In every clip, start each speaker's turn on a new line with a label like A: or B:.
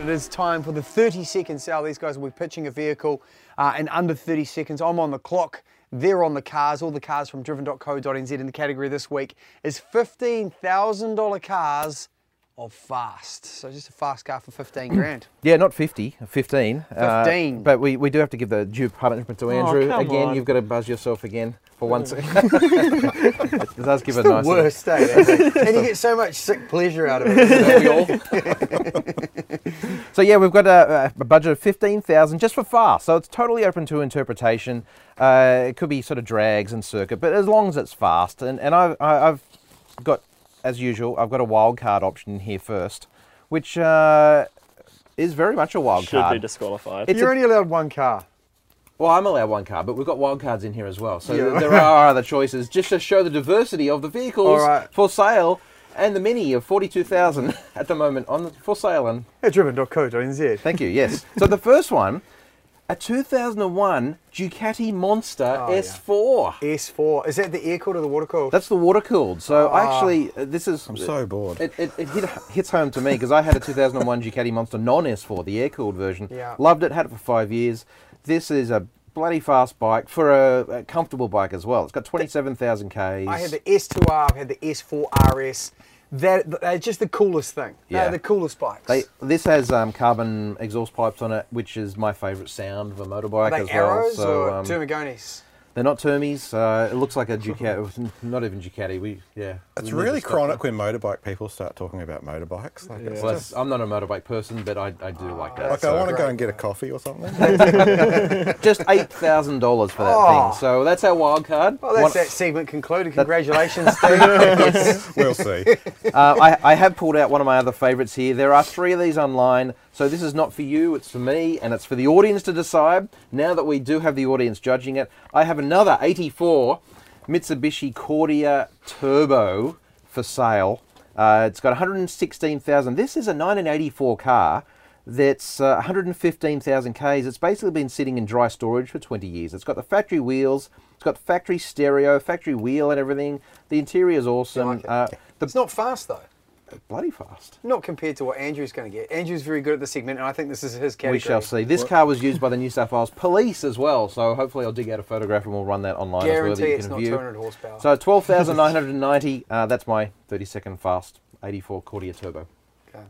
A: it is time for the 30 second sale. These guys will be pitching a vehicle uh, in under 30 seconds. I'm on the clock. They're on the cars. All the cars from driven.co.nz in the category this week is $15,000 cars of fast. So just a fast car for 15 grand.
B: Yeah, not 50, 15. uh,
A: 15.
B: but we, we do have to give the due punishment to Andrew.
C: come
B: again,
C: on.
B: you've got to buzz yourself again for once. it does give
A: the
B: a nice.
A: worst, eh? and you get so much sick pleasure out of it.
B: So yeah, we've got a, a budget of fifteen thousand just for fast. So it's totally open to interpretation. Uh, it could be sort of drags and circuit, but as long as it's fast. And and I've I- I've got as usual, I've got a wild card option here first, which uh, is very much a wild
C: Should be
B: card.
C: disqualified.
B: It's
A: You're
B: a-
A: only allowed one car.
B: well, I'm allowed one card, but we've got wild cards in here as well. So
A: Yeah.
B: there are other choices just to show the diversity of the vehicles
A: All right.
B: for sale. And the mini of forty-two thousand at the moment on the, for sale and
A: At driven.co.nz.
B: Thank you. Yes. So the first one, a 2001 Ducati Monster
A: Oh, yeah.
B: S4.
A: S4. Is that the air cooled or the water cooled?
B: That's the water cooled. So
A: Ah.
B: I actually, uh, this is.
D: I'm so bored.
B: It, it, it hit, hits home to me because I had a 2001 Ducati Monster non S4, the air cooled version.
A: Yeah.
B: Loved it. Had it for five years. This is a bloody fast bike for a, a comfortable bike as well. It's got 27,000 k's.
A: I had the S2R, I've had the S4 RS. That, they're just the coolest thing.
B: Yeah.
A: They're the coolest bikes.
B: They, this has um, carbon exhaust pipes on it, which is my favourite sound of a
A: Are
B: motorbike
A: they
B: as well.
A: arrows
B: so,
A: or
B: um,
A: Termagonis?
B: They're not Termies. Uh, it looks like a Ducati. not even Ducati. We yeah.
D: It's
B: we need
D: really
B: to stop
D: chronic when motorbike people start talking about motorbikes. Like,
B: that.
D: it's
B: Well,
D: just,
B: that's- I'm not a motorbike person, but I, I do like that.
D: Ah. like
B: so-
D: I want to go and get a coffee or something.
B: Just eight thousand dollars for that
A: Oh.
B: thing. So that's our wild card.
A: Well, that's
B: One-
A: that segment concluded. Congratulations, Steve.
D: we'll see.
B: uh, I, I have pulled out one of my other favourites here. There are three of these online, so this is not for you, it's for me, and it's for the audience to decide. Now that we do have the audience judging it, I have another 84 Mitsubishi Cordia Turbo for sale. Uh, it's got 116,000. This is a 1984 car that's uh, 115,000 Ks. It's basically been sitting in dry storage for 20 years. It's got the factory wheels, it's got factory stereo, factory wheel, and everything. The interior is awesome.
A: like it.
B: uh, the
A: it's not fast, though.
B: bloody fast.
A: Not compared to what Andrew's going to get. Andrew's very good at this segment, and I think this is his category.
B: We shall see. This car was used by the New South Wales Police as well, so hopefully I'll dig out a photograph and we'll run that online as
A: Guarantee
B: well that you
A: it's
B: can
A: not
B: view.
A: 200 horsepower.
B: So 12,990. uh, that's my 30 second fast 84 Cordia Turbo.
A: Okay.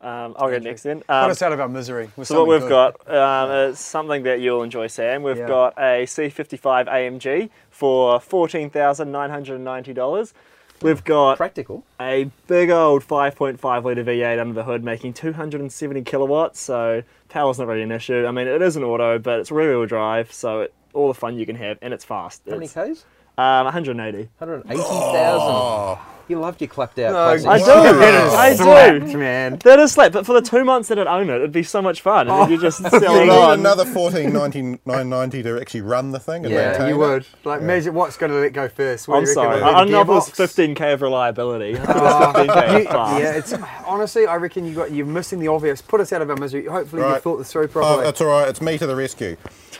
C: Um, I'll go next then.
A: Put
C: Um,
A: us out of our misery. with
C: so what
A: something
C: we've
A: good.
C: got um, is something that you'll enjoy, Sam. We've
A: Yeah.
C: got a C55 AMG for fourteen thousand nine hundred and ninety dollars. We've got
B: Practical.
C: a big old 5.5 litre V8 under the hood, making 270 kilowatts. So power's not really an issue. I mean, it is an auto, but it's rear-wheel drive, so it, all the fun you can have, and it's fast.
B: How many
C: It's,
B: Ks?
C: um, 180.
B: 180,000.
D: Oh.
B: You loved your clapped out.
A: No,
B: classic.
C: I do. I do.
A: man.
C: That is slap, but for the two months that it own it, it'd be so much fun. And you just sell
D: Oh. You
C: it
D: need
C: on.
D: another 14,990 to actually run the thing and
B: Yeah,
D: maintain
A: You
D: it. Oh,
A: would. Like, imagine what's going to let go first. What
C: I'm
A: do you reckon?
C: sorry.
A: Would it be
C: I don't
A: the
C: know if it was
A: gearbox?
C: 15k of reliability. I think it was 15k of fast.
A: Yeah, it's honestly, I reckon you got you're missing the obvious. Put us out of our misery. Hopefully, you
D: Right.
A: thought this through
D: Oh,
A: properly.
D: that's all right. It's me to the rescue.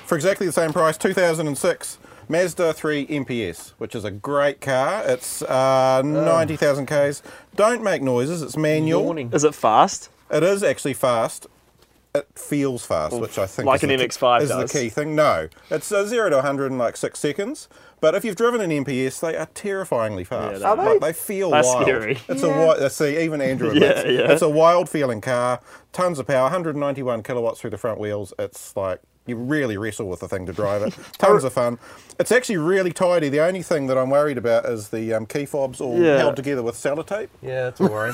D: For exactly the same price, 2006 Mazda 3 MPS, which is a great car. It's uh, 90,000 Ks. Don't make noises. It's manual.
B: Yawning.
C: Is it fast?
D: It is actually fast. It feels fast, which I think
C: like
D: is
C: an
D: the key-
C: MX-5
D: is
C: does.
D: the key thing. No, it's a zero to 100 in like six seconds. But if you've driven an MPS, they are terrifyingly fast.
C: they Are
A: are.
D: Like, they feel
C: That's
D: wild.
C: scary.
D: It's a wild. See, even Andrew admits
C: yeah.
D: it's a wild feeling car. Tons of power, 191 kilowatts through the front wheels. It's like you really wrestle with the thing to drive it. Tons of fun. It's actually really tidy. The only thing that I'm worried about is the um, key fobs all
C: Yeah.
D: held together with sellotape.
B: Yeah, that's a worry.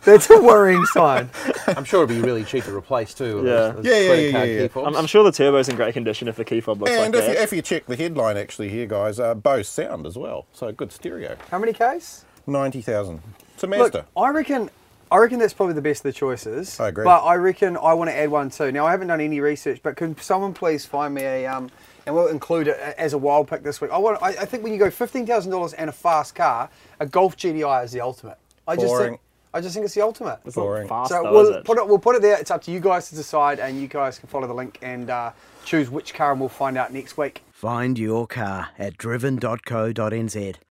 A: That's a worrying sign.
B: I'm sure it'd be really cheap to replace too.
C: Yeah.
B: Those- those
D: Yeah, yeah,
B: credit
D: yeah,
B: card
D: yeah,
B: key
D: yeah.
B: fobs.
C: I'm, I'm sure the turbo's in great condition if the key fob looks
D: And
C: like
D: if, you,
C: that.
D: if you check the headline actually here, guys, uh, Bose sound as well. So good stereo.
A: How many Ks?
D: 90,000. It's a
A: Look,
D: Mazda.
A: I reckon. I reckon that's probably the best of the choices.
D: I agree.
A: But I reckon I want to add one too. Now I haven't done any research, but can someone please find me a um, and we'll include it a- as a wild pick this week. I want. I, I think when you go fifteen thousand dollars and a fast car, a Golf GDI is the ultimate. I just
D: Boring.
A: think. I just think it's the ultimate.
C: it's not
D: boring.
C: fast
A: So
C: though,
A: we'll
C: is it?
A: put it. We'll put it there. It's up to you guys to decide, and you guys can follow the link and uh, choose which car, and we'll find out next week.
E: Find your car at driven.co.nz.